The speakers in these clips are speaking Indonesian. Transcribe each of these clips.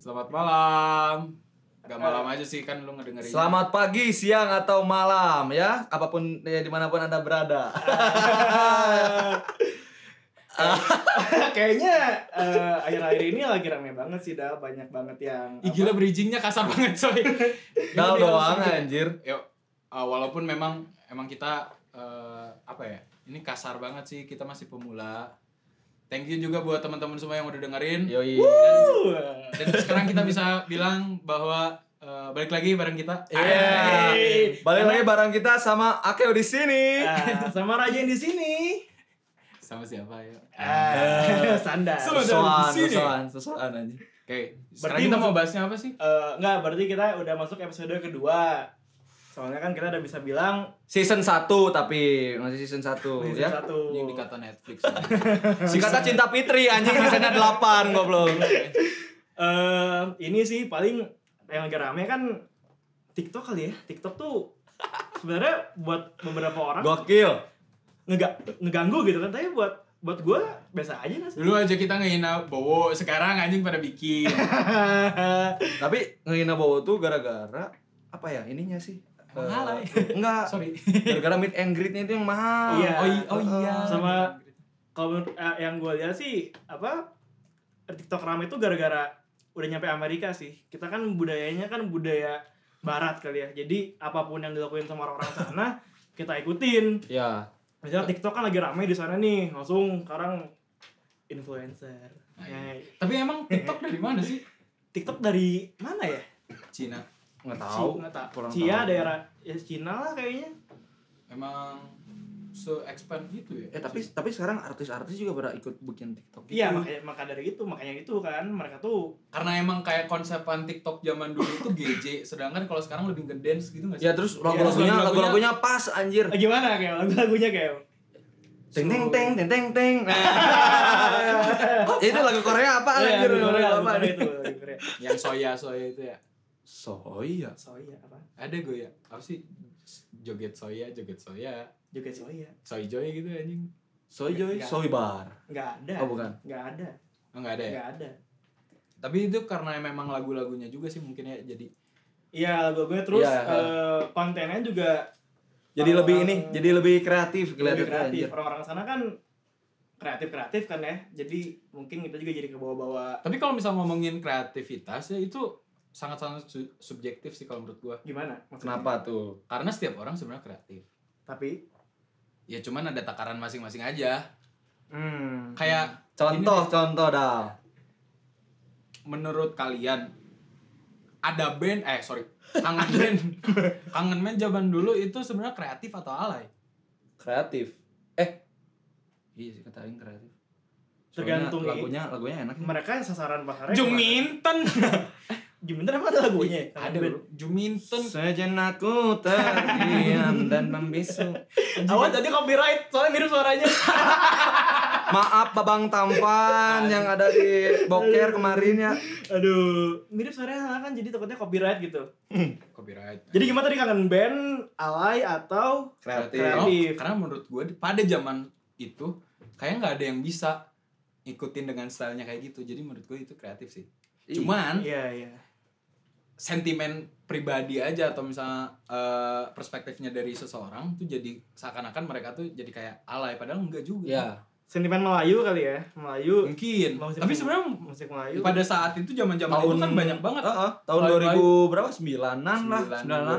Selamat malam. Gak malam aja sih kan lu ngedengerin. Selamat pagi, siang atau malam ya, apapun ya, dimanapun anda berada. Kayaknya eh, akhir-akhir ini lagi rame banget sih dah banyak banget yang Ih, gila bridgingnya kasar banget coy. Gila, Dal dia doang langsung gitu. anjir. Yuk, uh, Eh, walaupun memang emang kita uh, apa ya? Ini kasar banget sih, kita masih pemula. Thank you juga buat teman-teman semua yang udah dengerin. Yoi. Uh, Dan sekarang kita bisa bilang bahwa uh, balik lagi bareng kita. Ah. Iya. Yeay. Balik lagi bareng kita sama Akeo di sini. ah, sama Raja yang di sini. Sama siapa ya? Ah, sandal. Sudah di Sosokan, sini. sosokan, sosokan anjir. Oke, Berarti sekarang kita mau masuk- bahasnya apa sih? Eh, enggak, berarti kita udah masuk episode kedua. Soalnya kan kita udah bisa bilang Season 1 tapi masih season 1 season ya. satu. Oh, iya? Yang dikata Netflix. Singkatnya Cinta Fitri anjing seasonnya 8 goblok. Eh, ini sih paling yang lagi rame kan TikTok kali ya. TikTok tuh sebenarnya buat beberapa orang Gokil. ngega- ngeganggu gitu kan. Tapi buat buat gue biasa aja nggak sih? Dulu aja kita ngehina Bowo, sekarang anjing pada bikin. Tapi ngehina Bowo tuh gara-gara apa ya ininya sih? Emang Eh, alay. Enggak. Sorry. Gara-gara meet and greet-nya itu yang mahal. Iya. Oh, i- oh iya. Sama- Kalau menurut- eh, yang gue lihat sih apa TikTok rame itu gara-gara udah nyampe Amerika sih. Kita kan budayanya kan budaya Barat kali ya. Jadi apapun yang dilakuin sama orang-orang sana kita ikutin. Ya. Misalnya TikTok kan lagi rame di sana nih, langsung sekarang influencer. Ah, iya. Ya, Tapi emang TikTok dari mana sih? TikTok dari mana ya? Cina. Nggak Ci- tahu. nggak tahu. kurang Cia tahu. daerah ya Cina lah kayaknya. Emang so expand gitu ya? Eh tapi Cina. tapi sekarang artis-artis juga pada ikut bikin TikTok. Iya, gitu. makanya maka dari itu, makanya itu kan mereka tuh karena emang kayak konsepan TikTok zaman dulu tuh GJ, sedangkan kalau sekarang lebih ngedance gitu nggak sih? Ya terus Iya, lagu-lagunya lagu-lagunya- lagu-lagunya pas anjir. Eh, gimana kayak lagu-lagunya kayak. Teng teng teng teng teng teng. Nah. itu lagu Korea apa Iya, anjir? lagu Korea, Lagu lagu apa Korea nih? itu, lagu Korea. Yang soya soya itu ya? Soya. Soya apa? Ada gue ya. Apa sih? Joget soya, joget soya, Juga soya. soy joy gitu anjing. Sojoy, Iya, Enggak. Eh, Soybar. Enggak ada. Oh bukan. Enggak ada. Oh, nggak ada ya? Enggak ada. Tapi itu karena memang lagu-lagunya juga sih mungkin ya jadi Iya, lagu-lagunya terus Iya. eh, kontennya juga Jadi Orang- lebih ini, jadi lebih kreatif eh, lebih kelihatan kreatif. anjir. Orang-orang sana kan kreatif-kreatif kan ya. Jadi mungkin kita juga jadi ke bawah-bawah Tapi kalau misal ngomongin kreativitas ya itu sangat-sangat su- subjektif sih kalau menurut gua. gimana? Maksudnya? Kenapa tuh? Karena setiap orang sebenarnya kreatif. Tapi Ya cuman ada takaran masing-masing aja. hmm, Kayak Contoh, contoh dal. menurut kalian ada band eh sorry kangen band kangen band zaman dulu itu sebenarnya kreatif atau alay Kreatif. Eh. Iya sih katain kreatif. Soalnya Tergantung nih. lagunya, lagunya enak. mereka sasaran pasarnya. Juminten kemana? Juminten emang ada lagunya? ada bro. Band. Juminten Sejenak ku terdiam dan membisu Awas tadi copyright, soalnya mirip suaranya. Maaf Babang Tampan yang ada di Boker kemarin ya Aduh, mirip suaranya salah kan jadi takutnya copyright gitu. copyright Jadi gimana tadi kangen band alay atau Kreatif Kreatif. Oh, karena menurut gue pada zaman itu kayak nggak ada yang bisa ikutin dengan stylenya kayak gitu jadi menurut gue itu kreatif sih cuman Iya, iya. sentimen pribadi aja atau misalnya eh, perspektifnya dari seseorang tuh jadi seakan-akan mereka tuh jadi kayak alay padahal enggak juga Ya Sentimen Melayu kali ya. Melayu, mungkin Iya. Maksudnya- tapi sebenarnya musik Melayu. pada saat itu zaman zaman itu Tahun- Oh, kan banyak banget Heeh, tahun Lain-lain. 2000 berapa? 9-an lah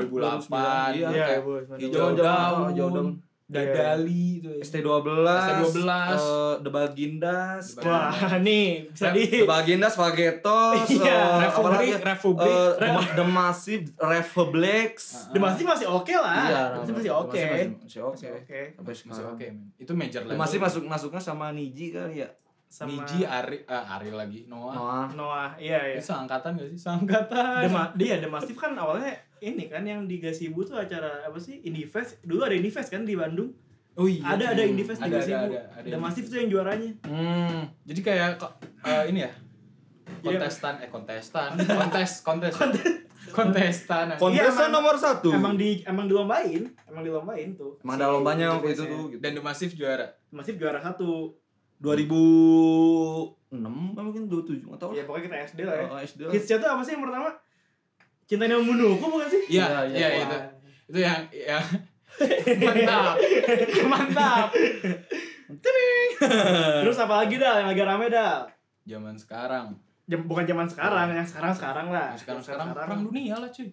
9-an, 2008 iya. Iya, kayak Bu. hijau Jauh-jauh, daun, jauh-jauh. dadali itu ya. ST12 ST12. eh, The Bagindas The Bagindas. Wah, nih Kan bisa di The Bagindas, Fagetos Iya, eh, apa Republik, lagi ya? Republik. Eh, The- The Massive, Reflex The Massive masih oke lah. Iya, The Massive Ah, masih oke. Masih Masih oke oke. Sampai masih sekarang. oke men. itu major label Masih masuk masuknya sama Niji kali ya? Sama Niji Ari eh, Ari lagi Noah Noah. Noah. Iya, iya. itu seangkatan gak sih seangkatan The Ma- dia The Massive kan awalnya ini kan yang di Gasibu tuh acara apa sih? Indie Fest. Dulu ada Indie Fest kan di Bandung. oh iya Ada ada Indie Fest di Ada, ada, Gasibu. ada, ada The Indie Massive Fest. tuh yang juaranya. Hmm. jadi kayak kok, eh, ini ya kontestan eh kontestan kontes kontes kontestan Kontestan Iya, emang- nomor satu. Emang di emang dilombain, emang dilombain tuh. Emang ada Si lombanya Indie waktu Fest-nya. itu tuh. Gitu. dan The Massive juara The Massive juara satu. 2006 apa mungkin 27 enggak tahu ya lah. pokoknya kita SD lah ya Oh, SD lah. hitsnya tuh apa sih yang pertama cintanya membunuhku bukan sih Iya, Iya, iya iya. itu. Itu yang ya mantap. mantap. Iya. terus apa lagi dal yang agak rame dal Zaman sekarang. Jam- bukan zaman sekarang Iya. yang sekarang sekarang lah Sekarang Yang sekarang perang dunia lah cuy.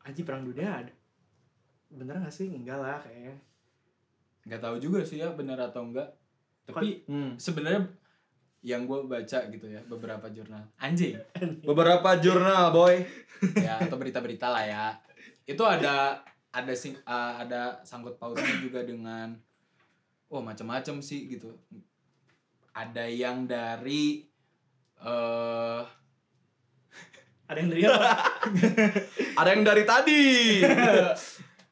Anjing perang dunia ada bener gak sih enggak lah kayaknya Gak tahu juga sih ya bener atau enggak. Tapi Hmm. sebenarnya yang gue baca gitu ya beberapa jurnal anjing Beberapa jurnal, boy. ya atau berita-berita lah ya itu ada ada sing eh, ada sangkut pautnya juga dengan wah macam-macam sih gitu ada yang dari eh ada yang dari apa? Ada yang dari tadi.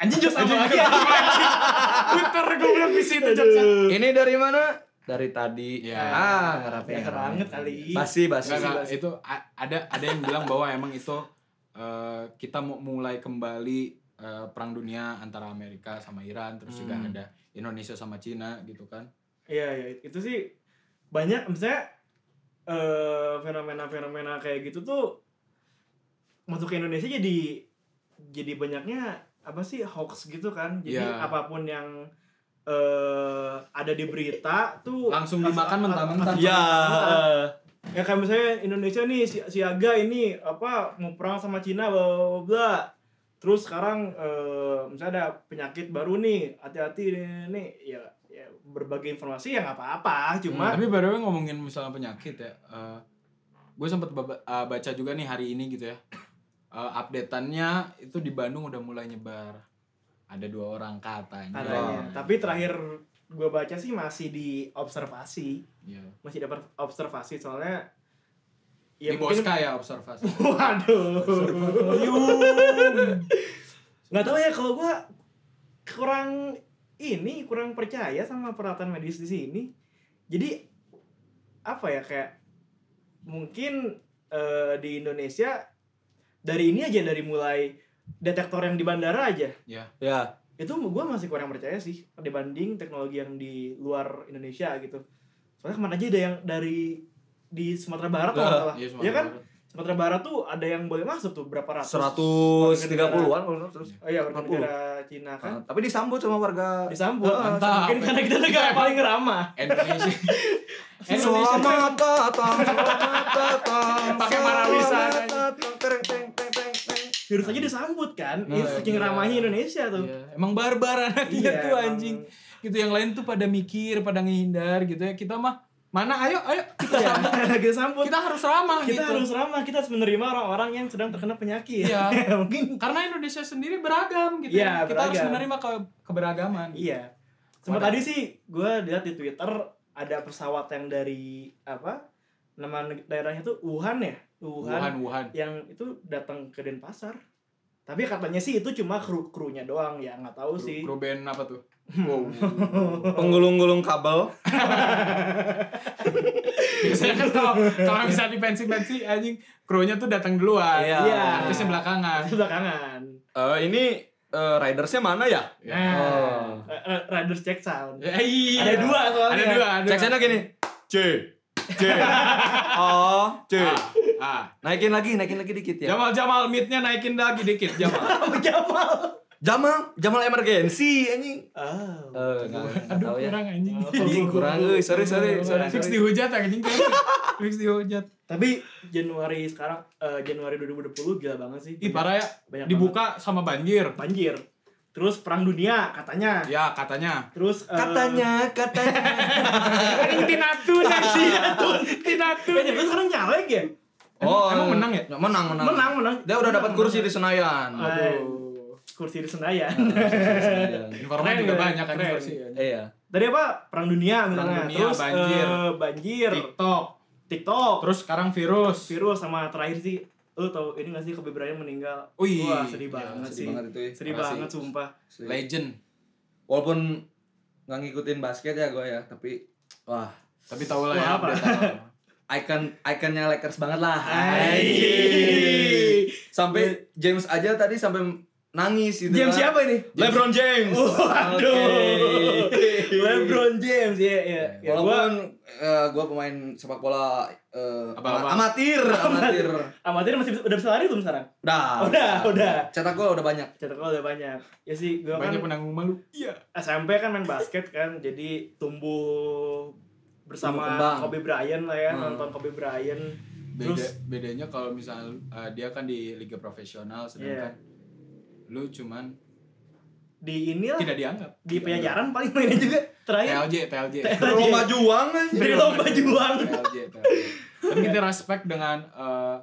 anjing jokes sama lagi puter gue bilang di situ Ini dari mana? Dari tadi. Iya. Ah, ngerapi. Ya, keranget kali. Basi, basi. Nggak, nggak, itu a- ada ada yang bilang bahwa emang itu eh, kita mau mulai kembali eh, perang dunia antara Amerika sama Iran terus juga Hmm. ada Indonesia sama Cina gitu kan Iya, iya, itu sih banyak misalnya eh, fenomena-fenomena kayak gitu tuh masuk ke Indonesia jadi jadi banyaknya apa sih hoax gitu kan. Jadi Iya. apapun yang eh ada di berita tuh Langsung dimakan mentah-mentah. Ya. eh. Ya kayak misalnya Indonesia nih si- siaga ini apa mau perang sama Cina bla bla, bla. Terus sekarang eh, misalnya ada penyakit baru nih, hati-hati nih, nih. ya, ya berbagai informasi ya nggak apa-apa, cuma tapi baru ngomongin misalnya penyakit ya gue sempat baca juga nih hari ini gitu ya Eh, updateannya itu di Bandung udah mulai nyebar ada dua orang katanya Iya. adanya. Tapi terakhir gue baca sih masih di observasi, Iya. masih dapat observasi soalnya di Bosca ya observasi Waduh. Nggak tahu ya kalau gua kurang ini kurang percaya sama peralatan medis di sini. Jadi apa ya kayak mungkin eh, di Indonesia dari ini aja dari mulai detektor yang di bandara aja Ya. itu gua masih kurang percaya sih dibanding teknologi yang di luar Indonesia gitu. Soalnya kemana aja ada yang dari di Sumatera Barat kalau nggak salah. Iya, Iya kan? Sumatera. Sumatera Barat tuh ada yang boleh masuk tuh berapa ratus? 130-an kalau nggak salah, terus. Oh iya, warga negara Cina Ah, kan. tapi disambut sama warga Disambut. Ah. Mantap. Mungkin karena kita negara paling ramah. Indonesia Eh, Selamat datang, selamat datang. Pakai marawisa. selamat datang, tereng, tereng, tereng, tereng, tereng. Virus aja disambut kan. Nah, Ini saking iya. ramahnya Indonesia tuh. Iya, Iya, emang barbar anaknya tuh emang. anjing. Gitu yang lain tuh pada mikir, pada ngehindar gitu ya. Kita mah mana ayo ayo kita Iya, sama. kita sambut. Kita harus ramah Kita gitu. harus ramah, kita harus menerima orang-orang yang sedang terkena penyakit. Ya, Iya. Mungkin Karena Indonesia sendiri beragam gitu. ya. Iya, kita harus beragam. menerima ke keberagaman. iya. Sama Wadah. tadi sih gue lihat di Twitter ada pesawat yang dari apa? Nama neg- daerahnya tuh Wuhan ya. Wuhan. Wuhan, Wuhan. yang itu datang ke Denpasar. Tapi katanya sih itu cuma kru krunya doang ya nggak tahu sih. Kru, kru band apa tuh? Wow. Penggulung-gulung kabel. Biasanya kan kalau kalau bisa di pensi-pensi anjing krunya tuh datang duluan. Iya. Iya. Artisnya belakangan. Itu belakangan. Eh, ini eh, ridersnya mana ya? Ya. Oh. Ra- ra- eh, Riders check sound. Eh, iya. Ada dua soalnya. Ada dua, ada. Cek dua. sana gini. C. C. Oh, C. Ah, ah. Naikin lagi, naikin lagi dikit Iya. ya. Jamal Jamal midnya naikin lagi dikit Jamal. Sama Jamal. Jamal, Jamal emergency anjing. Oh. Eh, enggak enggak tahu ya. kurang anjing. Ih, kurang euy, sorry sorry sorry. Fix dihujat anjing kan. Fix dihujat. Tapi Januari sekarang eh, Januari 2020 gila banget sih. Ih parah ya. Banyak Dibuka sama banjir. banget. banjir. Terus perang dunia katanya. Ya katanya. Terus eh, Katanya, katanya. Anjing tinatun anjing. Tinatun. Eh, Januari sekarang nyalek ya? Emang- emang menang ya? Oh. Menang, menang. Menang, menang. Dia udah dapat kursi di Senayan. Aduh. Kursi di Senayan. Nah. Informan Keren, juga keren, banyak kan keren. versi. anjing. Iya. Tadi apa? Perang dunia misalnya. dunia, Terus banjir. eh, banjir. TikTok. TikTok. Terus sekarang virus. virus sama terakhir sih lu tau ini gak sih Kobe Bryant meninggal Wih, wah sedih iya, banget sedih sih banget itu ya. sedih Parah banget sih. sumpah Legend. Walaupun nggak ngikutin basket ya gue ya, tapi wah Tapi tau lah Wah, ya. apa? update apa. icon ikonnya Lakers banget lah. Hai. Sampai James aja tadi sampai nangis gitu James kan. siapa nih? LeBron James. Waduh. Oke. LeBron James ya ya. ya gua Walaupun eh, gua pemain sepak bola eh, Apa-apa? amatir, amatir. amatir masih bisa- udah bisa lari belum sekarang? Udah, Udah, udah. Cetak gol udah banyak. Cetak gol udah banyak. Ya sih gua kan Banyak penanggung malu. Iya. SMP kan main basket kan jadi tumbuh bersama Tumbuh kembang. Kobe Bryant lah ya Hmm. nonton Kobe Bryant Beda, terus bedanya kalau misalnya uh, dia kan di liga profesional sedangkan Iya. lu cuman di inilah tidak Ya, dianggap. di penyajaran paling mainnya juga terakhir TLJ, TLJ. Lomba juang aja. dari iya. lomba juang TLJ, TLJ. Tapi kita respect dengan uh,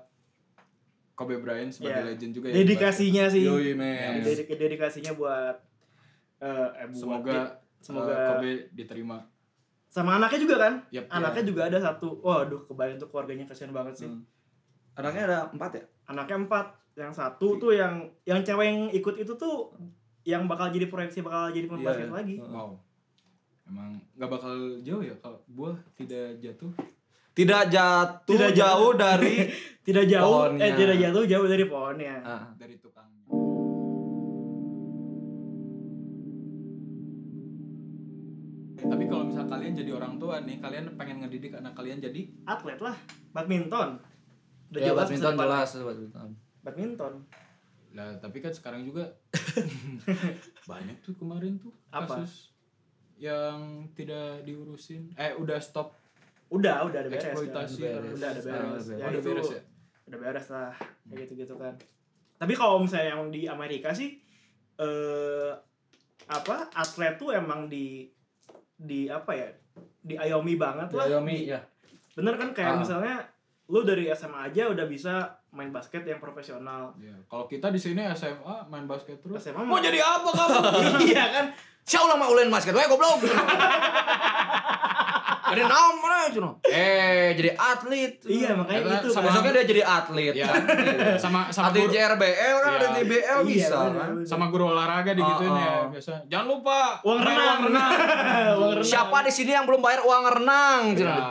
Kobe Bryant sebagai Iya. legend juga ya. dedikasinya sih Yoi, men. men. Dedik- dedikasinya buat eh, eh, buat- Semoga semoga uh, Kobe diterima. sama anaknya juga kan Yap, Iya. ya. anaknya juga ada satu waduh kebayang tuh keluarganya kasihan banget sih Hmm. Anaknya ada empat ya? anaknya empat yang satu tuh yang yang cewek yang ikut itu tuh yang bakal jadi proyeksi bakal jadi pemain Iya, basket iya. lagi Wow. Emang nggak bakal jauh ya kalau gua tidak jatuh. Tidak jatuh Tidak jauh dari tidak jauh eh Pohonnya. tidak jatuh jauh dari pohonnya Ah. dari tukangnya. Tapi kalau misal kalian jadi orang tua nih, kalian pengen ngedidik anak kalian jadi atlet lah badminton udah Ya, jelas badminton masa depan. jelas badminton. badminton lah tapi kan sekarang juga banyak tuh kemarin tuh Apa? kasus yang tidak diurusin. Eh udah stop udah udah ada beres kan. eksploitasi udah terus. udah ada Sekarang beres udah ya, Oh, udah itu beres ya. udah beres lah Hmm. kayak gitu gitu kan tapi kalau misalnya yang di Amerika sih eh apa atlet tuh emang di di apa ya diayomi banget lah Yomi ya. bener kan kayak Ah. misalnya lu dari SMA aja udah bisa main basket yang profesional Iya. Kalau kita di sini SMA main basket terus. SMA Mau jadi apa kamu? iya kan Saya ulang mau ulen basket wae goblok. Jadi naon mana cuno? Eh, jadi atlet. iya makanya Karena itu sama- kan. Besoknya dia jadi atlet. Ya, sama sama Iya. Atlet guru- JRBL kan Iya. ada TBL Iya, bisa bener, kan. bener. sama guru olahraga digituin Oh, ya oh. biasa. Jangan lupa uang main renang uang renang Iya. Siapa di sini yang belum bayar uang renang? cuno? Ya.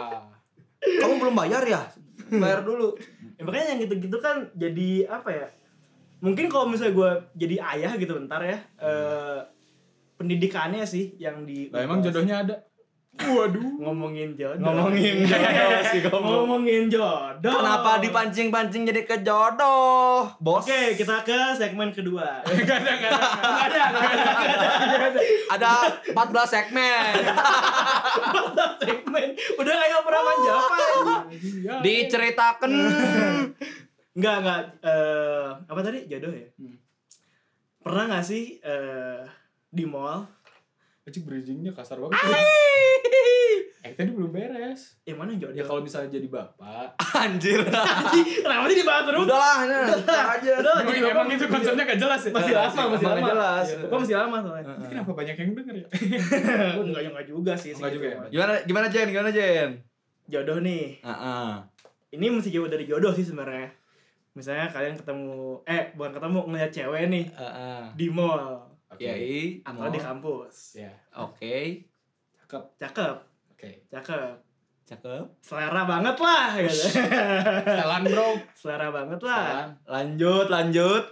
Kamu belum bayar ya? Bayar dulu. Ya, makanya yang gitu-gitu kan jadi apa ya? Mungkin kalau misalnya gue jadi ayah gitu bentar ya. eh, pendidikannya sih yang di Lah emang jodohnya ada. Waduh. ngomongin jodoh. Ngomongin Iya, jodoh sih, goblok. ngomongin jodoh. Kenapa dipancing-pancing jadi ke jodoh? Bos. Oh. Oke, kita ke segmen kedua. Enggak ada, enggak ada. ada, Ada 14 segmen. segmen. Udah kayak operan jawaban. Diceritakan Enggak, enggak. eh, apa tadi? Jodoh ya? Hmm. Pernah gak sih eh, di mall? Acik bridgingnya kasar banget. Ah. Eh tadi belum beres. Eh mana jodoh? Ya kalau misalnya jadi bapak. anjir. Kenapa sih dibahas terus? Udahlah, ini ntar aja. Udah, jadi Emang, bapak emang Oh, itu konsepnya gak jelas ya. masih Eh, lama masih emang lama jelas. Iya, gua masih lama soalnya Tapi kenapa banyak yang denger ya? enggak enggak juga sih Enggak segitu juga ya? mah. Gimana gimana Jen? Gimana Jen? jodoh nih Heeh. ini masih jauh dari jodoh sih sebenarnya misalnya kalian ketemu eh bukan ketemu ngeliat cewek nih Heeh. di mall Oke. Yai, Ah, atau mau. di kampus Ya. Oke. Cakep. cakep Oke. cakep Cakep. selera banget lah gitu Selan bro. selera banget lah Selan. Lanjut, lanjut.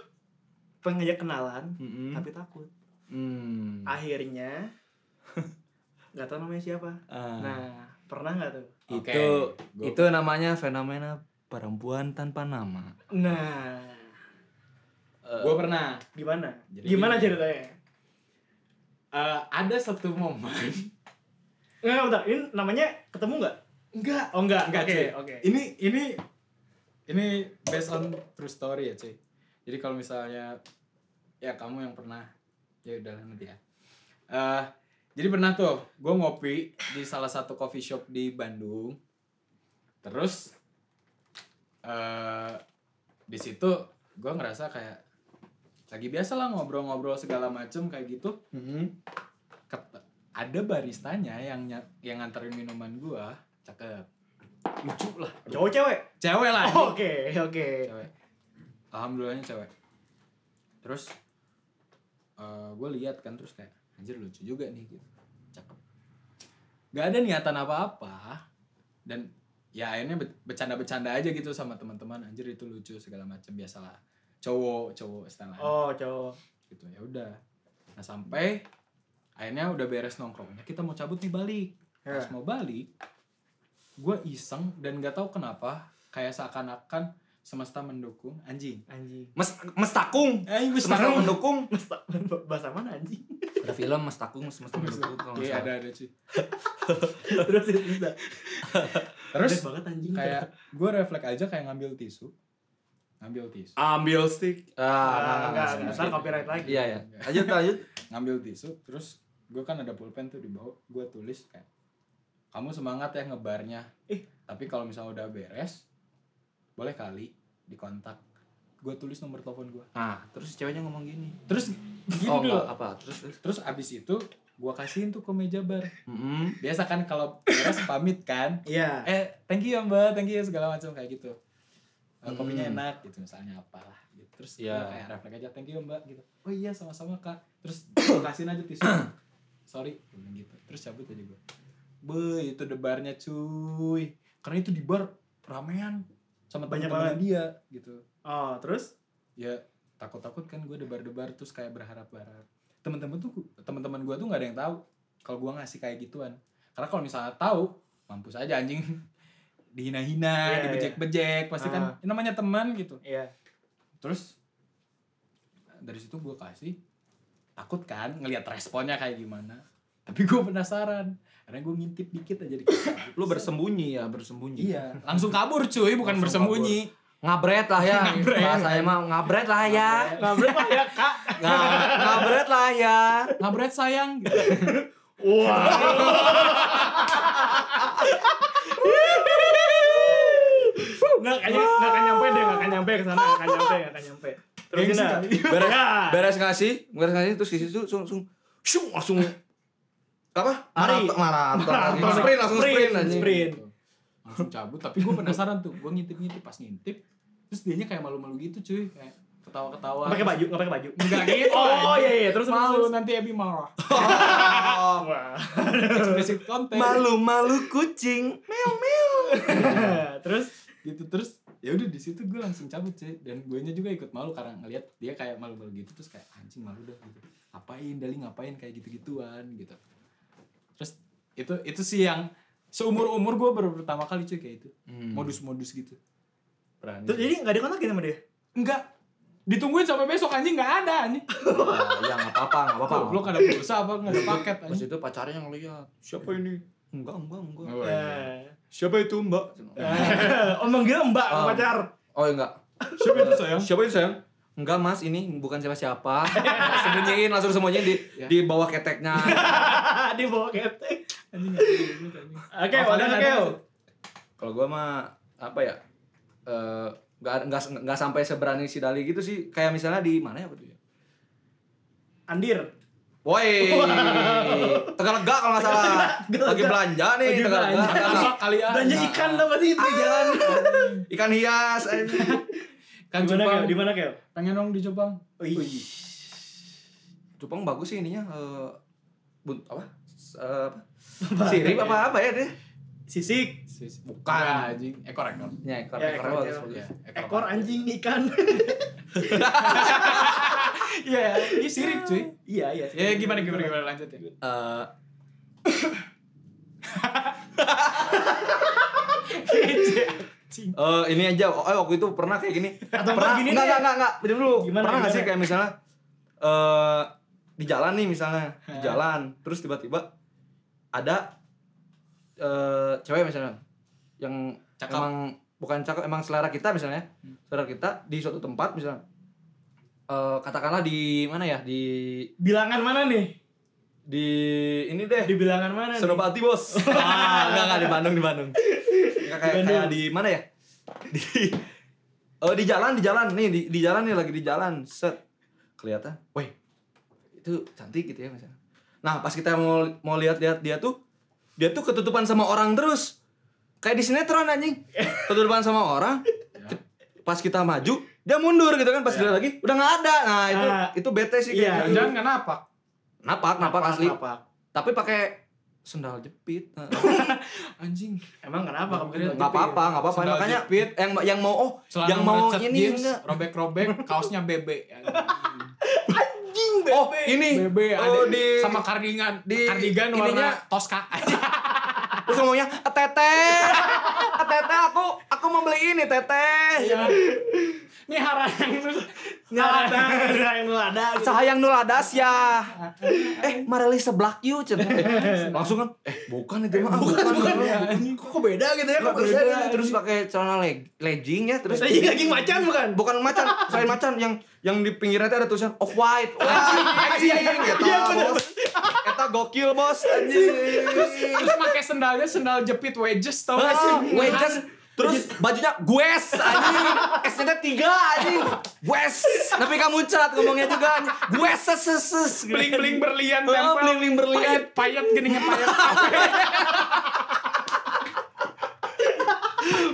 pengen aja kenalan Mm-mm. tapi takut Hmm. akhirnya nggak tahu namanya siapa Ah, nah pernah nggak tuh Oke. itu Gua- itu namanya fenomena perempuan tanpa nama. nah Eh. Gue pernah. gimana Jadi gimana gini. ceritanya eh, ada satu momen. Enggak, Eh, bentar. Ini namanya ketemu nggak? Enggak. Oh, enggak. Enggak, Oke, cuy. oke. Ini ini ini based on true story ya, cuy. Jadi kalau misalnya ya kamu yang pernah ya udahlah nanti ya. Eh, jadi pernah tuh gue ngopi di salah satu coffee shop di Bandung. Terus eh di situ gue ngerasa kayak lagi biasa lah ngobrol-ngobrol segala macem kayak gitu. Mm-hmm. Ket- ada baristanya yang ny- yang nganterin minuman gue, cakep, lucu lah, Cowok cewek? cewek lah Oh, Oke, oke. cewek alhamdulillahnya cewek terus gue lihat kan terus kayak anjir lucu juga nih gitu cakep gak ada niatan apa-apa dan ya akhirnya be- bercanda-bercanda aja gitu sama teman-teman anjir itu lucu segala macam biasalah cowok cowok setelah Oh, cowok. gitu ya udah nah sampai akhirnya udah beres nongkrongnya kita mau cabut nih balik Ya. pas mau balik gue iseng dan gak tahu kenapa kayak seakan-akan semesta mendukung anjing Anjing. Mes mestakung. anjing Semesta mendukung. Mesta- Bahasa mana anjing? Ada film mestakung, semesta mendukung. kalau nggak iya salah. ada ada sih Terus itu terus banget anjing. kayak gue refleks aja kayak ngambil tisu ngambil tisu Ambil stick. Ah, Ah, enggak, enggak, enggak. ntar copyright lagi. Iya, iya. Lanjut, lanjut. ngambil tisu terus gue kan ada pulpen tuh di bawah gue tulis kayak kamu semangat ya ngebarnya Ih. tapi kalau misalnya udah beres boleh kali dikontak gue tulis nomor telepon gue Nah, terus ceweknya ngomong gini. terus gini oh, Gitu dulu enggak, apa? Terus terus. terus abis itu gue kasihin tuh ke meja bar Mm-mm. biasa kan kalau beres pamit kan Iya. eh thank you ya mbak thank you segala macam kayak gitu Eh, Hmm. kopinya enak gitu misalnya apalah gitu terus Iya. ya kayak refleks aja thank you ya, mbak gitu oh iya sama-sama kak terus gua kasihin aja tisu sorry gua bilang gitu terus cabut aja gue be itu debarnya cuy karena itu di bar ramean sama Banyak teman-teman banget. dia gitu Oh, terus ya takut-takut kan gue debar-debar terus kayak berharap-harap teman-teman tuh teman-teman gue tuh nggak ada yang tahu kalau gue ngasih kayak gituan karena kalau misalnya tahu mampus aja anjing dihina-hina Iya, dibejek-bejek pasti kan Ah. ini namanya teman gitu iya. terus dari situ gue kasih takut kan ngelihat responnya kayak gimana tapi gue penasaran karena gue ngintip dikit aja di kamar. Lu bersembunyi ya, bersembunyi. iya langsung kabur cuy bukan Langsung bersembunyi Ngabret lah ya. Ngabret. Bahasa emang ngabret lah ya. Nah, berapa ya, Kak? Nga- ngabret lah ya. ngabret sayang gitu. Wah. Nggak kayaknya nggak akan nyampe deh, nggak akan nyampe ke sana, nggak akan nyampe, nggak akan nyampe. Terus Gengsi gimana? kali. Beres, Ya. beres ngasih, beres ngasih terus di situ langsung langsung syung, langsung apa? Lari. Maraton, maraton. Maraton. Sprint langsung Sprint, sprint anjing. sprint. Gitu. langsung cabut tapi gue penasaran tuh gue ngintip-ngintip pas ngintip terus dianya kayak malu-malu gitu cuy kayak ketawa-ketawa Pakai baju, nggak pakai baju. enggak gitu Oh, iya iya, terus terus malu nanti Abby marah Oh. Wah. explicit content Malu-malu kucing. Terus gitu terus ya udah di situ gue langsung cabut cuy dan gue nya juga ikut malu karena ngelihat dia kayak malu-malu gitu terus kayak anjing malu dah gitu ngapain dali ngapain kayak gitu-gituan gitu terus itu itu sih yang seumur umur gue baru pertama kali cuy kayak itu modus-modus gitu Hmm. berani. terus jadi nggak dikontakin sama dia? enggak ditungguin sampai besok anjing nggak ada anjing ya enggak apa-apa, enggak apa-apa. Goblok ada pulsa apa nggak ada paket Pas anjing. itu pacarnya ngeliat Siapa ini? Enggak, enggak, enggak Siapa itu mbak? iya. Eh, Ya. Oh, manggil Mbak Oh. pacar. Oh enggak Siapa itu sayang? Siapa itu sayang? Enggak mas, ini bukan siapa-siapa Sembunyiin, langsung sembunyiin di, Ya. di bawah keteknya Dia bawa ketek. Anjing nggak ada yang gitu, anjing. Oke, Oh, udah ada, oke. ada. Kalau gua mah, apa ya Eh, Nggak nggak nggak sampai seberani si Dali gitu sih Kayak misalnya di mana ya waktu itu ya? Andir. Woi, Tegalega kalau nggak salah. Lagi belanja nih, Lagi Tegalega. belanja. Tegalega. kali ya. Belanja ikan lah pasti itu di jalan. Ikan hias. eh. anjing. Kan Di mana Jepang. Keo? Di mana Keo? Pengen dong di Jepang. Wih. Jepang bagus sih ininya. eh, bun, apa? S- eh, apa? Sirip apa apa ya deh? Sisik. Bukan anjing, ekor ekor. Ya, ekor, Ya, ekor, ekor, bagus, ya. bagus. Iya, Ekor anjing ikan. Iya, ini sirip cuy. Iya, iya. sirip. Ya gimana gimana gimana lanjut ya. Eh, eh, ini aja, oh, eh, waktu itu pernah kayak gini. Atau pernah, enggak gini enggak, deh. enggak, enggak, enggak, Diam dulu. Gimana, pernah nggak sih gimana? kayak misalnya eh di jalan nih misalnya, di Hah. jalan, terus tiba-tiba ada eh cewek misalnya yang Cakep. emang bukan cakep, emang selera kita misalnya, Hmm. selera kita di suatu tempat misalnya, eh katakanlah di mana ya di Bilangan mana nih? di ini deh Di bilangan mana nih? Senopati bos. ah, enggak enggak di Bandung di Bandung. Enggak kayak Bandung. kayak di mana ya? Di Oh, di jalan, di jalan nih, di, di jalan nih lagi di jalan. Set. Kelihatan. Woi. Itu cantik gitu ya misalnya. Nah, pas kita mau mau lihat-lihat dia tuh dia tuh ketutupan sama orang terus. Kayak di sinetron anjing. Ketutupan sama orang. Ya. Pas kita maju, dia mundur gitu kan pas Ya. dilihat lagi udah nggak ada. Nah, itu Ah. itu bete sih Iya. kayak gitu. Jangan nggak napak. Napak, napak asli. Napak. Tapi pakai sendal jepit. Nah. Anjing. Emang kenapa kamu kira? Sendal nggak apa-apa nggak apa-apa Sendal makanya jepit. yang yang mau oh Celana yang mau merecet ini jeans, enggak robek-robek, kaosnya bebek. Anjing. Anjing bebe. Oh, ini. Bebe, ada oh, di- sama kardingan. di- kardigan warna ininya- toska aja. Terus ngomongnya, teteh, teteh aku aku mau beli ini Iya. teteh. Nih harang terus. Nyalada, yang nyalada. Sayang nul adas ya. Eh, Mareli seblak you cenah. Eh, Langsung kan, eh bukan itu mah. Bukan, bukan, Iya, Kok, kok beda gitu ya? Kok Terus beda? dia Terus pakai celana leg, legging ya, terus Lagi lagi macan bukan? bukan macan, selain macan yang yang di pinggirnya tuh ada tulisan off white. Anjing, Iya, eta bener. bos. Eta gokil bos anjing. Terus pakai sendalnya sendal jepit wedges tau gak sih? Ah, wedges terus bajunya gues anjing S-nya tiga anjing gues tapi kamu cat ngomongnya juga anjing gues ses ses ses Bling bling berlian Ah, tempel. bling-bling berlian. Payet payet gini payet.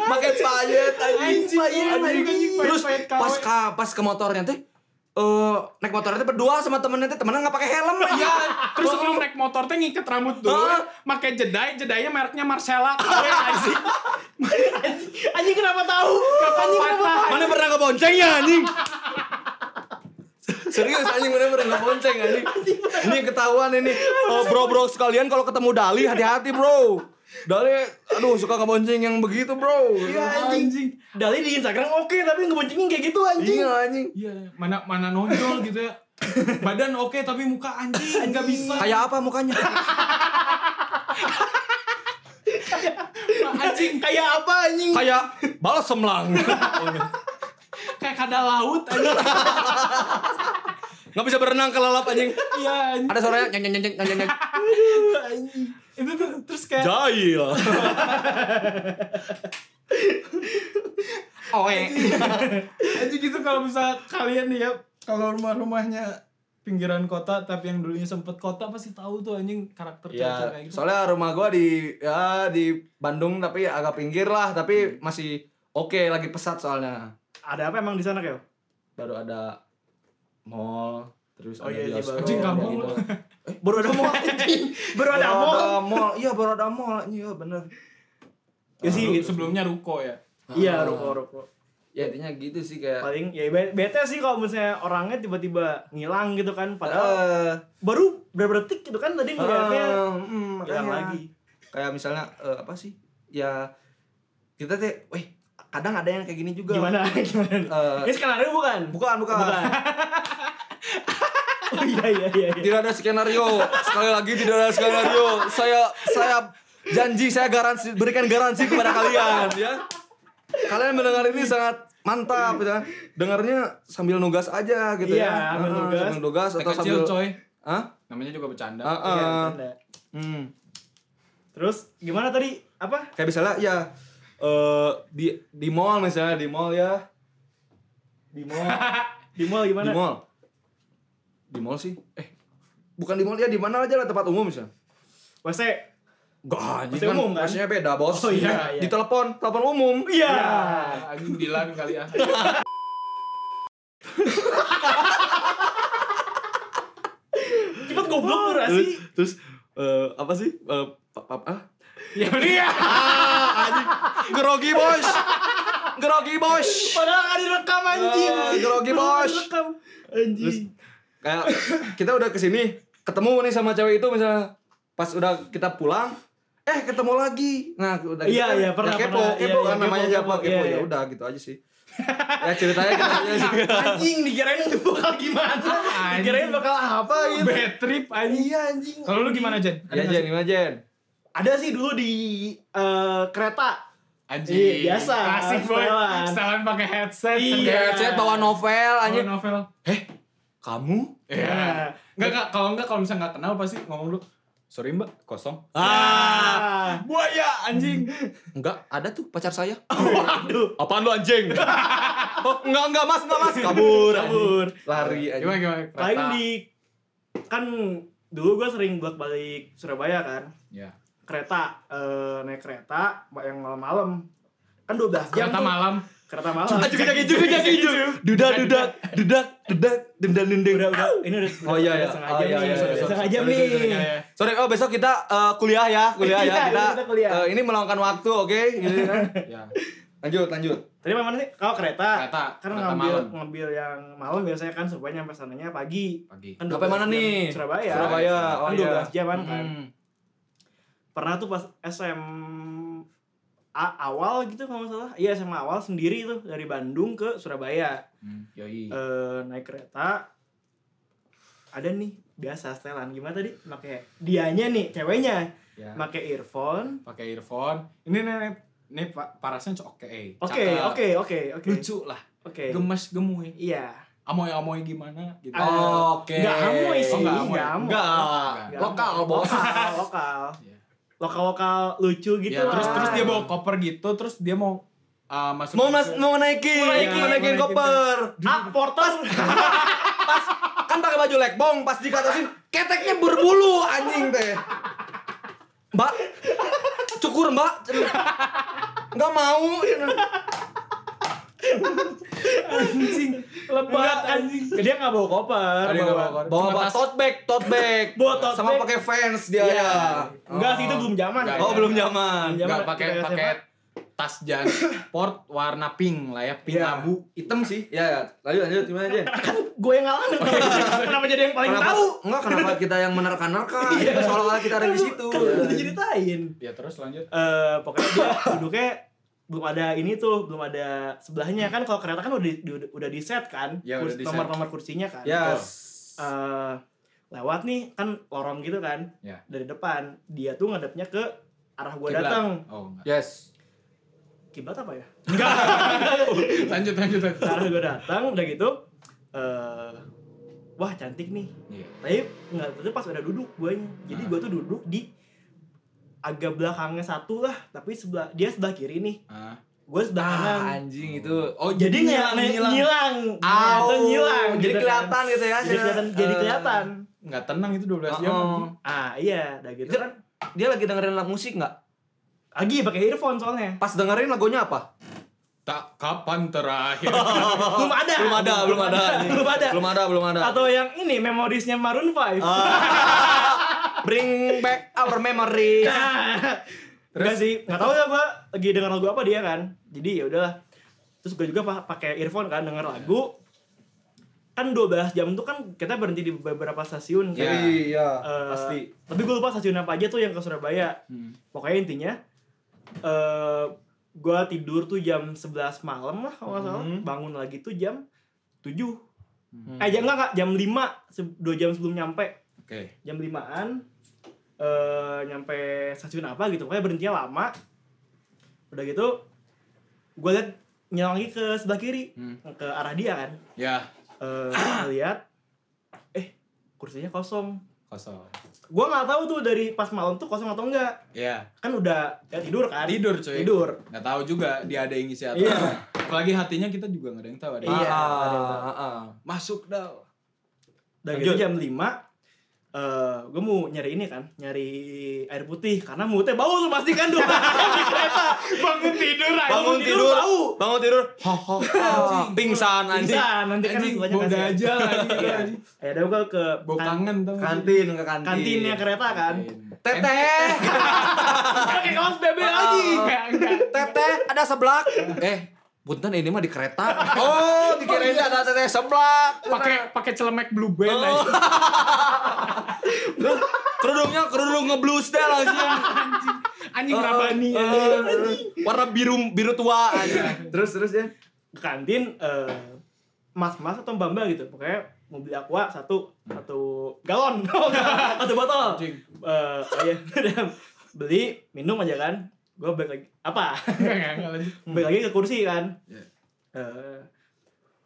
pakai payet anjing Anjing, payet anjing, anjing, anjing payet, terus payet KW. pas ke pas ke motornya tuh eh naik motornya tuh berdua sama temennya tuh temennya nggak pakai helm lagi Iya, terus sebelum naik motor teh ngikat rambut dulu, Hah? pakai jedai, jedainya mereknya Marcella. KW anjing. Anjing kenapa tahu? Kapan Anjing kenapa? patah? mana pernah kebonceng ya anjing serius anjing mana pernah kebonceng anjing ini ketahuan ini oh, bro bro sekalian kalau ketemu Dali hati-hati bro Dali aduh suka kebonceng yang begitu bro Iya anjing. Dali di Instagram oke tapi ngeboncengin kayak gitu anjing. iya anjing Iya, mana mana nonjol gitu ya. Badan oke tapi muka anjing nggak bisa. kayak apa mukanya Pak, anjing Kayak apa anjing? kayak balas semlang kayak kada laut anjing. nggak bisa berenang kelalap anjing Iya anjing. ada suaranya nyeng nyeng nyeng nyeng nyeng Anjing. Itu tuh terus kayak jahil oe anjing gitu kalau bisa kalian nih ya kalau rumah-rumahnya pinggiran kota tapi yang dulunya sempet kota pasti tahu tuh anjing karakter cuaca Ya, kayak gitu. soalnya rumah gua di ya di Bandung tapi agak pinggir lah, tapi Hmm. masih oke lagi pesat soalnya. Ada apa emang di sana, Keo? Baru ada mall, terus Oh ada iya, iya, baru. bioskop, Anjing, kayak kampung gitu. lu. Baru ada mall anjing. Baru ada Baru mall. ada mall. Iya, baru ada mall. Iya, bener. Ya sih Sebelum- gitu. sebelumnya ruko ya. Iya, Ah. rokok-rokok. Ya intinya gitu sih kayak Paling ya be- bete sih kalau misalnya orangnya tiba-tiba ngilang gitu kan padahal Eh, baru berapa detik gitu kan tadi ngeliatnya eh, mm, hilang makanya. lagi. Kayak misalnya eh, apa sih? Ya kita teh, weh, kadang ada yang kayak gini juga. Gimana? Gimana? Eh, Ini skenario bukan? bukan, bukan. Bukan. oh iya iya iya. iya. Tidak ada skenario. Sekali lagi tidak ada skenario. Saya saya janji saya garansi berikan garansi kepada kalian ya. Kalian mendengar ini sangat mantap gitu kan. Dengarnya sambil nugas aja gitu Iya, ya. sambil Ah, nugas. sambil nugas Teh atau kecil sambil coy. Hah? Namanya juga bercanda. Ah, ah. Iya, bercanda. Hmm. Terus gimana tadi? Apa? Kayak misalnya ya eh, di di mall misalnya di mall ya. Di mall. Di mall gimana? Di mall. Di mall sih. Eh, bukan di mall ya di mana aja lah tempat umum misalnya. Wese. Gak, Pasti anjing kan, umum, kan? maksudnya beda bos. Oh, iya, iya. Di telepon, telepon umum. Iya. Ah, anjing Dilan kali ya. Cepet goblok lu terus, Rasi. terus eh, apa sih? Eh, pa- pa- ah? ya iya. ah, anjing. Grogi bos. Grogi bos. Padahal kan direkam anjing. Ah, grogi, Padahal nggak Bos. direkam. Terus Anjing. kayak kita udah kesini, ketemu nih sama cewek itu misalnya pas udah kita pulang, eh ketemu lagi. Nah, udah gitu Iya, kan, iya, ya pernah, kepo, pernah. kepo Iya, kan iya, namanya kepo, siapa kepo. kepo. Iya, Ya iya. udah gitu aja sih. ya ceritanya kita aja sih. Anjing dikirain itu bakal gimana? Anjing. Dikirain bakal apa gitu. Bad trip anjing. Iya anjing. Kalau lu gimana, Jen? Ya Jen, gimana Jen? Ada sih dulu di eh, kereta. Anjing. Iya, biasa. Klasik boy. Setelan. Setelan pakai headset. Iya. setelan Kayak chat bawa novel Anjing anjing. Eh, novel. Kamu? Iya. Iya. Enggak enggak kalau enggak kalau misalnya enggak kenal pasti ngomong lu sorry mbak kosong Ah, buaya anjing enggak, ada tuh pacar saya. Waduh. Apaan lu anjing? oh, enggak enggak Mas, enggak Mas. Kabur, Kabur. Lari gimana gimana kereta Paling di kan dulu gue sering bolak balik Surabaya kan ya kereta eh, naik kereta yang malam-malam kan 12 jam kereta tuh. malam kereta malam Aju kita keju, kita keju. Dudak, dudak, dudak, dudak, dendang dendeng. udah udah ini udah Oh iya udah iya. setengah Oh jam nih iya iya. udah iya. setengah jam Sorry, nih sorry, sorry, iya, iya. Sorry, oh besok kita eh, kuliah ya, kuliah ya. Iya, Kita kita kuliah. eh, ini meluangkan waktu, oke? Gitu kan. ya lanjut lanjut Tadi mana sih? Kalau kereta, Kereta, kan kereta ngambil malam ngambil yang malam biasanya kan supaya nyampe sananya pagi. pagi. Kan Sampai 12 mana jam. nih? Surabaya. Surabaya oh kan iya 12 jaman kan. Hmm. Pernah tuh pas SMA awal gitu kalau nggak salah. Iya SMA awal sendiri tuh dari Bandung ke Surabaya. Hmm, Yoi. Eh, naik kereta ada nih biasa setelan gimana tadi pakai dianya nih ceweknya Ya. pakai earphone Pakai earphone. Ini nih nih, nih pa- parasnya cok- oke. eh. oke Cakep. oke oke oke Lucu lah. oke Gemes gemuy. iya Amoy-amoy gimana gitu. Ah, oke nggak amoy Oh, sih nggak amoy. nggak amoy. Nggak. Nggak. lokal bos lokal lokal Iya. lokal lokal lucu gitu Ya, lah. terus terus dia bawa koper gitu, terus dia mau uh, masuk mau ke- mas mau naikin Mau mau naikin. naikin, koper ah porter kan pakai baju legbong pas dikatasin keteknya berbulu anjing teh mbak cukur mbak nggak mau anjing. lebat Nggak, anjing dia nggak bawa koper Ada nggak bawa koper? bawa Cuma bawa tas- tote bag tote bag Bawa tote sama bag. pakai fans dia Iya. ya Enggak sih itu belum zaman. Nggak, oh belum zaman Zaman Enggak pakai kita pakai tas jansport warna pink lah ya, pink Iya. abu. hitam sih ya ya. lanjut lanjut gimana aja Gue yang ngalamin. Oh, iya. Kenapa jadi yang paling kenapa tahu? Iya. enggak kenapa kita yang menerka-nerka Kita seolah-olah kita ada di situ Kan udah Iya. diceritain. Ya terus lanjut. Eh pokoknya dia duduknya belum ada ini tuh, belum ada sebelahnya kan kalau kereta kan udah di, di- udah di set kan. Ya, udah Kurs- di set. nomor-nomor kursinya kan. ya Eh, lewat nih kan lorong gitu kan. Ya. Dari depan. Dia tuh ngadepnya ke arah gue Kiblat. datang. Oh, enggak. yes Kiblat apa ya? lanjut lanjut lanjut. Ke arah gue datang udah gitu. eh wah cantik nih Iya. tapi nggak tapi pas udah duduk gue jadi Ah. gue tuh duduk di agak belakangnya satu lah tapi sebelah dia sebelah kiri nih Ah. gue sebelah kanan ah, anjing itu Oh, jadi jadi ngilang ngilang ngilang, Au. Itu ngilang jadi gitu kan. kelihatan gitu ya. jadi kelihatan jadi Eh, kelihatan nggak tenang itu 12 jam. oh. ah iya udah gitu Itu- kan Dia lagi dengerin lagu musik nggak? lagi pakai earphone soalnya Pas dengerin lagunya apa? Tak kapan terakhir. belum ada Oh, belum ada, belum ada. belum ada Belum ada, belum ada. Ah, atau yang ini memorisnya Maroon 5 Bring back our memory. Nah, Enggak sih, nggak tahu ya gua lagi denger lagu apa dia kan. Jadi ya udahlah. Terus gue juga pa- pakai earphone kan denger lagu. Kan 12 jam tuh kan kita berhenti di beberapa stasiun. Iya. kan. iya, Eh, Tapi gue lupa stasiun apa aja tuh yang ke Surabaya. Hmm. Pokoknya intinya eh gua tidur tuh jam 11 malam lah kalau nggak salah. Mhm. Bangun lagi tuh jam 7. Hmm. Eh jam enggak, Kak, jam 5, 2 jam sebelum nyampe Oke. jam limaan eh nyampe stasiun apa gitu pokoknya berhentinya lama udah gitu gue liat nyelang lagi ke sebelah kiri Hmm. ke arah dia kan Ya, eh lihat eh kursinya kosong kosong. gue nggak tahu tuh dari pas malam tuh kosong atau enggak Ya, kan udah ya tidur kan tidur cuy. tidur Nggak tahu juga dia ada yang ngisi atau Iya. enggak. Apalagi hatinya kita juga nggak ada yang tahu ada. Iya. Masuk dah. udah Lanjut. gitu jam 5 eh gue mau nyari ini kan nyari air putih karena mulutnya bau tuh pasti kan dong di kereta bangun tidur aja. Bangun tidur, bau bangun tidur. Ho ho. ho. Anjing. Pingsan anjing. Bisa, nanti kan Anjing, banyak boda kasihan. aja lagi. Iya. anjing. Ya udah gua ke Bau kan- kangen tuh. Kantin ke kantin. kantinnya kereta kan. Teteh, Ah, Pakai kaos bebek lagi. Oh. Enggak, enggak. teteh ada seblak. Eh, punten ini mah di kereta. Oh, dikirain ada teteh seblak. Pakai pakai celemek blue band. Oh. anjing. kerudungnya kerudung ngeblues deh langsung Anjing Oh, Rabani. oh, anjing. oh. warna biru biru tua aja terus terus ya Ke kantin eh, mas-mas atau mbak-mbak gitu. Pokoknya mau beli aqua satu satu galon. satu botol. Anjing. Eh, iya, udah. beli minum aja kan. Gua balik lagi. Apa? Enggak, enggak, enggak, lanjut. balik lagi ke kursi kan. Hmm. Iya. Eh,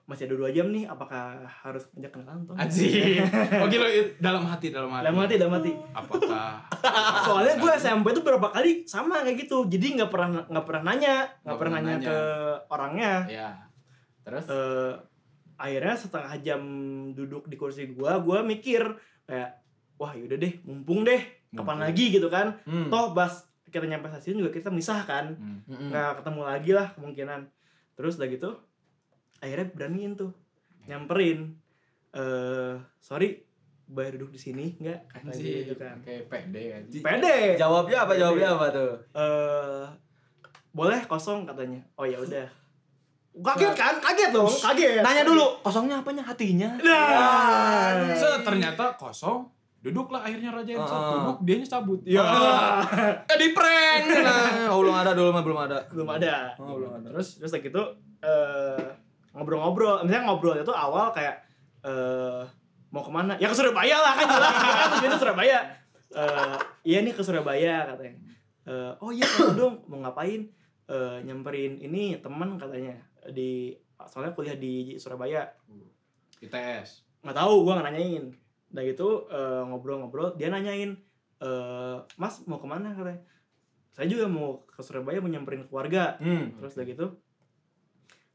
masih ada dua jam nih, apakah harus ngajak kenalan atau enggak? Anjing. Oke lo dalam hati dalam hati. Dalam hati, dalam hati. Apakah soalnya gue SMP tuh berapa kali sama kayak gitu jadi nggak pernah nggak pernah nanya nggak pernah nanya ke orangnya ya. Terus Eh, akhirnya setengah jam duduk di kursi gue gue mikir kayak wah yaudah deh mumpung deh Mumpung. kapan lagi gitu kan hmm. toh bas kita nyampe stasiun juga kita misah kan Hmm. Mm-mm. nggak ketemu lagi lah kemungkinan terus udah gitu akhirnya beraniin tuh nyamperin eh sorry bayar duduk di sini nggak kata dia Anjing. gitu kan Kayak pede anjing. pede jawabnya apa jawabnya apa tuh eh boleh kosong katanya oh ya udah kaget kan kaget dong kaget Nanya dulu, kosongnya apanya? Hatinya. Nah. Se ternyata kosong, duduklah akhirnya Raja yang Ah. Uh-uh. duduk, dianya cabut. Ah. ya Eh, di prank. Nah, oh, belum ada dulu mah belum ada. belum ada Oh, belum ada. terus terus kayak gitu eh, ngobrol-ngobrol misalnya ngobrol itu awal kayak eh mau kemana ya ke Surabaya lah kan jelas kan tujuannya Surabaya Eh, iya nih ke Surabaya katanya Eh, oh iya kamu dong mau ngapain Eh, nyamperin ini teman katanya di soalnya kuliah di Surabaya ITS. nggak tahu gua nggak nanyain udah gitu eh, ngobrol-ngobrol dia nanyain eh mas mau kemana katanya saya juga mau ke Surabaya mau nyamperin keluarga Hmm. terus udah gitu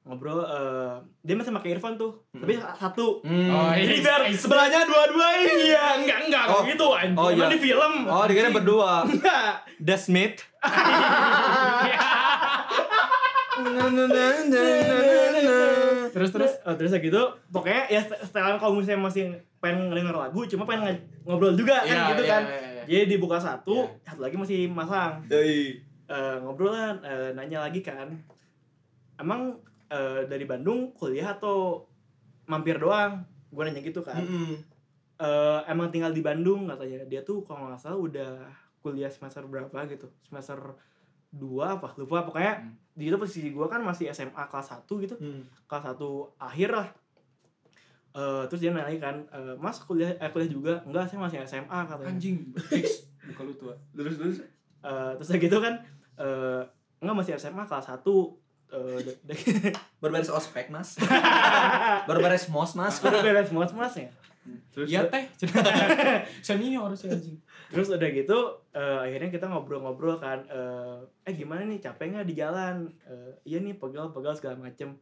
ngobrol eh, dia masih pakai earphone tuh tapi satu Hmm. Oh, iya. jadi biar sebelahnya dua-dua iya enggak enggak Oh. gitu anjing Oh, iya. Emang di film Oh, dikira berdua. enggak The Smith. Terus terus terus Nah. eh, terus kayak gitu pokoknya ya set- setelan kalau misalnya masih pengen ngedenger lagu cuma pengen nge- ngobrol juga kan Iya, gitu iya, kan iya, iya. jadi dibuka satu satu lagi masih masang Doi. Eh, ngobrol lah eh, nanya lagi kan emang eh, dari Bandung kuliah atau mampir doang gue nanya gitu kan Hmm. eh, emang tinggal di Bandung katanya dia tuh kalau nggak salah udah kuliah semester berapa gitu semester dua apa lupa pokoknya Hmm. di itu posisi gue kan masih SMA kelas 1 gitu hmm. kelas 1 akhir lah Eh, terus dia nanya kan "Eh, mas kuliah eh, kuliah juga enggak saya masih SMA katanya anjing fix muka lu tua. Terus terus. Eh, terus udah gitu kan eh enggak masih SMA kelas 1 eh udah- udah- Berbaris ospek, Mas. Berbaris mos, Mas. udah beres mas masnya Iya teh. Senior si anjing. terus udah gitu eh, akhirnya kita ngobrol-ngobrol kan eh, eh gimana nih capek nggak di jalan Eh, iya nih pegal-pegal segala macem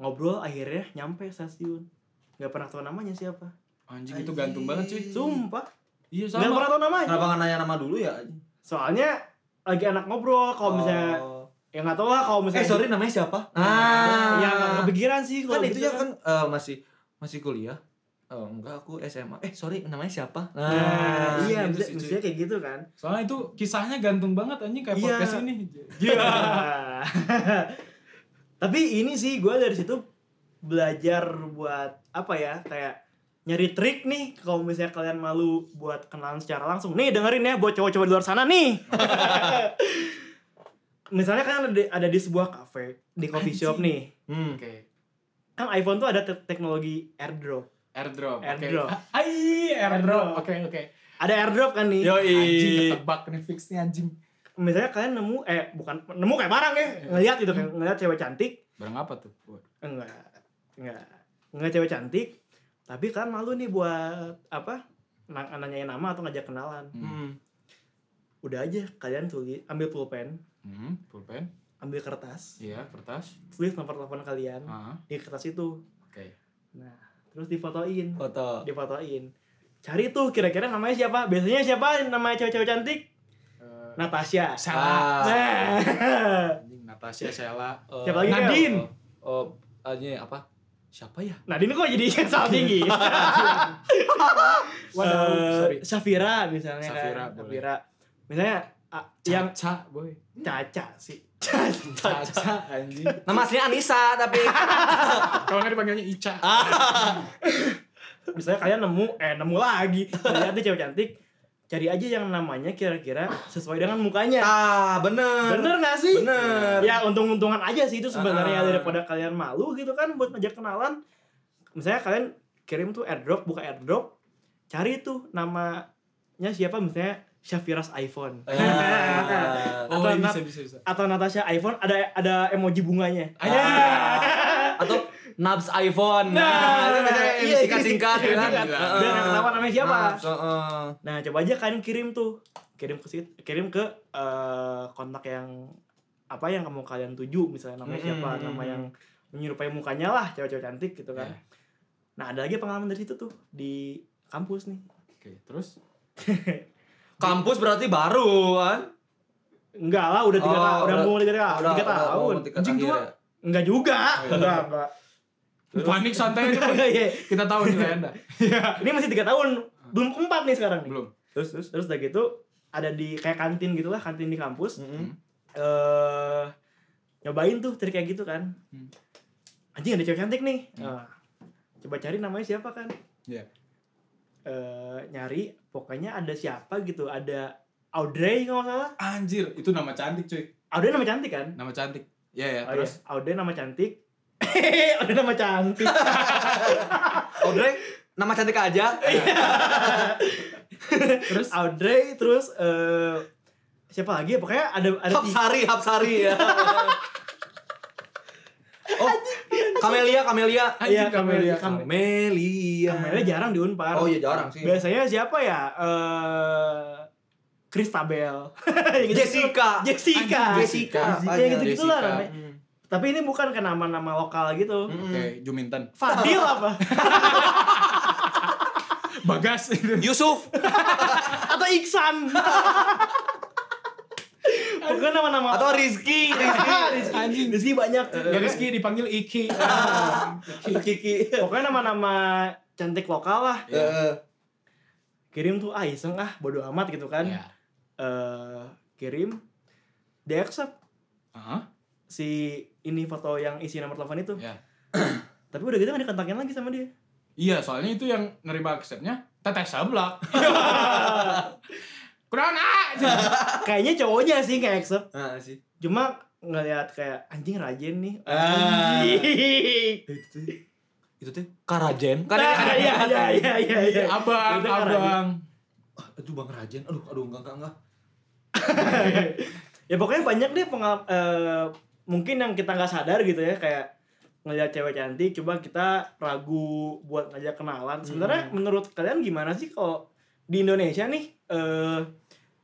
ngobrol akhirnya nyampe stasiun nggak pernah tahu namanya siapa Anjing itu gantung banget cuy. sumpah Iya nggak sama. pernah tahu namanya Kenapa nggak nanya nama dulu ya? soalnya lagi anak ngobrol kalau misalnya Oh. ya nggak tahu lah kalau Eh, misalnya sorry namanya siapa? Ah. Iya, ya nggak kepikiran sih kan kalau itu gitu ya kan eh, masih masih kuliah Eh, enggak aku SMA eh sorry namanya siapa nah, nah, iya gitu sih, maksudnya cuy. maksudnya kayak gitu kan Soalnya itu kisahnya gantung banget anjing kayak Iya. podcast ini. Iya. Tapi ini sih gue dari situ belajar buat apa ya kayak nyari trik nih kalau misalnya kalian malu buat kenalan secara langsung. Nih dengerin ya buat cowok-cowok di luar sana nih. misalnya kan ada di, ada di sebuah kafe di coffee shop Anjing. nih. hmm. Oke. Kan iPhone tuh ada te- teknologi airdrop. Airdrop. oke. Airdrop. Ai, airdrop. Eh. Airdrop. Iya, Oke, oke. Ada airdrop kan nih. Anjing ketebak nih fix nih anjing. Misalnya kalian nemu eh bukan nemu kayak barang ya, ngelihat gitu kayak ngelihat cewek cantik Barang apa tuh? enggak enggak enggak cewek cantik tapi kan malu nih buat apa na- nanyain nama atau ngajak kenalan Hmm. udah aja kalian tulis ambil pulpen Hmm, pulpen. ambil kertas Iya, kertas. tulis nomor telepon kalian Ah, di kertas itu oke. nah terus difotoin Oh. foto difotoin cari tuh kira-kira namanya siapa biasanya siapa namanya cewek-cewek cantik Eh, Natasha Sela. Eh. nah Anjing Natasha Sela. Eh, Siapa lagi, Kel? Nadine oh eh, ini apa siapa ya nah ini kok jadi salah tinggi Eh, sorry. Safira misalnya Safira, kan boleh. Safira misalnya ah, yang Yang Ca, boy. Caca sih. Caca anjing. nama aslinya Anissa tapi Kalau nggak dipanggilnya Ica. Misalnya kalian nemu eh nemu lagi, lihat nih cewek cantik, cari aja yang namanya kira-kira sesuai dengan mukanya. ah bener Bener gak sih? Bener. Ya untung-untungan aja sih itu sebenarnya ya, Ah. daripada kalian malu gitu kan buat ngajak kenalan. Misalnya kalian kirim tuh airdrop, buka airdrop, cari tuh namanya siapa misalnya Syafira's iPhone. Eh, iya. Oh, Ah. Atau iya, nat- bisa bisa bisa. atau Natasha iPhone ada ada emoji bunganya. Ah. atau Nabs iPhone Nah, itu biasanya iya, singkat singkat iya, kan Ah. iya. Heeh. Biar nggak ketahuan namanya siapa. Nabs, eh, heeh. Nah, coba aja kalian kirim tuh. Kirim ke sit- kirim ke eh, kontak yang apa yang kamu kalian tuju, misalnya namanya siapa, Mm-mm. nama yang menyerupai mukanya lah, cewek-cewek cantik gitu kan. Iya. Nah, ada lagi pengalaman dari situ tuh di kampus nih. Oke, terus kampus berarti baru kan Enggak lah, udah tiga Oh, ta- udah udah- mau tiga, ta- Udah- tiga udah mau tahun. tingkat Anjing akhir tua. ya. Enggak juga. Oh, iya. Enggak, enggak. panik santai aja. Boy. Iya. Kita tahu nilai Anda. Ini masih tiga tahun, belum keempat nih sekarang nih. Belum. Terus terus terus udah gitu ada di kayak gitu kantin gitulah, kantin di kampus. Mm-mm. eh nyobain tuh trik kayak gitu kan Hmm. anjing ada cewek cantik nih Hmm. Ah, coba cari namanya siapa kan Iya. Eh, nyari pokoknya ada siapa gitu ada Audrey kalau nggak salah Anjir, itu nama cantik cuy. Audrey nama cantik kan Nama cantik. Iya ya, oh, terus iya. Audrey nama cantik Audrey nama cantik Audrey nama cantik aja Iya. terus Audrey terus eh siapa lagi ya? pokoknya ada ada tiga- Hapsari Hapsari ya oh Kamelia Kamelia Anjing, Iya, Kamelia. Kam- iya. Kamelia Kamelnya jarang di Unpar. oh iya jarang sih Biasanya siapa ya? Eh Christabel. Yang gitu-gitu. Jessica Jessica. Anjing, Jessica Jessica apanya? gitu-gitu lah Jessica. Hmm. namanya. Tapi ini bukan ke nama-nama lokal gitu. Oke, Juminten. Fadil apa? Bagas Yusuf Atau Iksan? bukan nama-nama atau Rizky Rizky Rizky. Rizky banyak. Ah. ya Rizky dipanggil Iki. atau Kiki Pokoknya nama-nama cantik lokal lah. Iya. Eh, Kirim tuh ah iseng ah bodo amat gitu kan. Iya. Eh, kirim dia accept Hah? si ini foto yang isi nomor telepon itu. Ya. Tapi udah gitu gak dikontakin lagi sama dia. Iya, soalnya itu yang nerima acceptnya teteh seblak. Kurang ah. Kayaknya cowoknya sih kayak accept. nah sih Cuma ngelihat kayak anjing rajin nih. Ah. Iya. Anjing. Eh, itu tuh itu tuh Karajen Nah, iya iya iya iya. iya. Abang, Itu kan abang. Ah, aduh bang Rajen aduh aduh enggak enggak enggak ya pokoknya banyak deh pengal eh, mungkin yang kita nggak sadar gitu ya kayak ngelihat cewek cantik coba kita ragu buat ngajak kenalan sebenarnya Hmm. menurut kalian gimana sih kalau di Indonesia nih eh,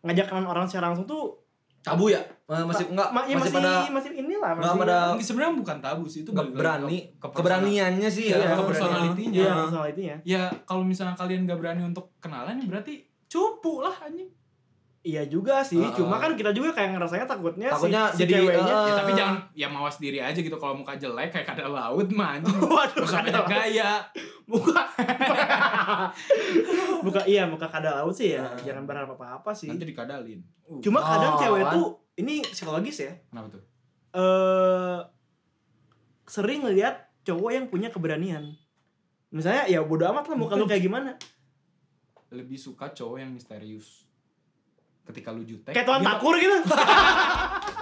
ngajak kenalan orang secara langsung tuh tabu ya Eh, masih enggak ma- ya masih masih pada masih inilah enggak pada Ini sebenarnya bukan tabu sih, itu balik lagi ke- berani ke personal- keberaniannya sih Iya, ya ke personalitinya. iya masalah itunya Ya, kalau misalnya kalian gak berani untuk kenalan ya berarti cupu lah anjing. iya juga sih Heeh. cuma kan kita juga kayak ngerasanya takutnya, Takutnya si, si jadi, ceweknya eh, Ya, tapi jangan ya mawas diri aja gitu kalau muka jelek kayak kada laut mah anjing. waduh Gak usah kada banyak laut. gaya. buka buka iya muka kada laut sih ya Heeh. jangan berharap apa apa sih Nanti dikadalin. Uh, cuma kadang Oh, cewek kan. tuh ini psikologis ya Kenapa tuh? eh sering lihat cowok yang punya keberanian misalnya ya bodo amat lah muka lu kayak gimana Lebih suka cowok yang misterius. Ketika lu jutek. kayak tuan dia- takur gitu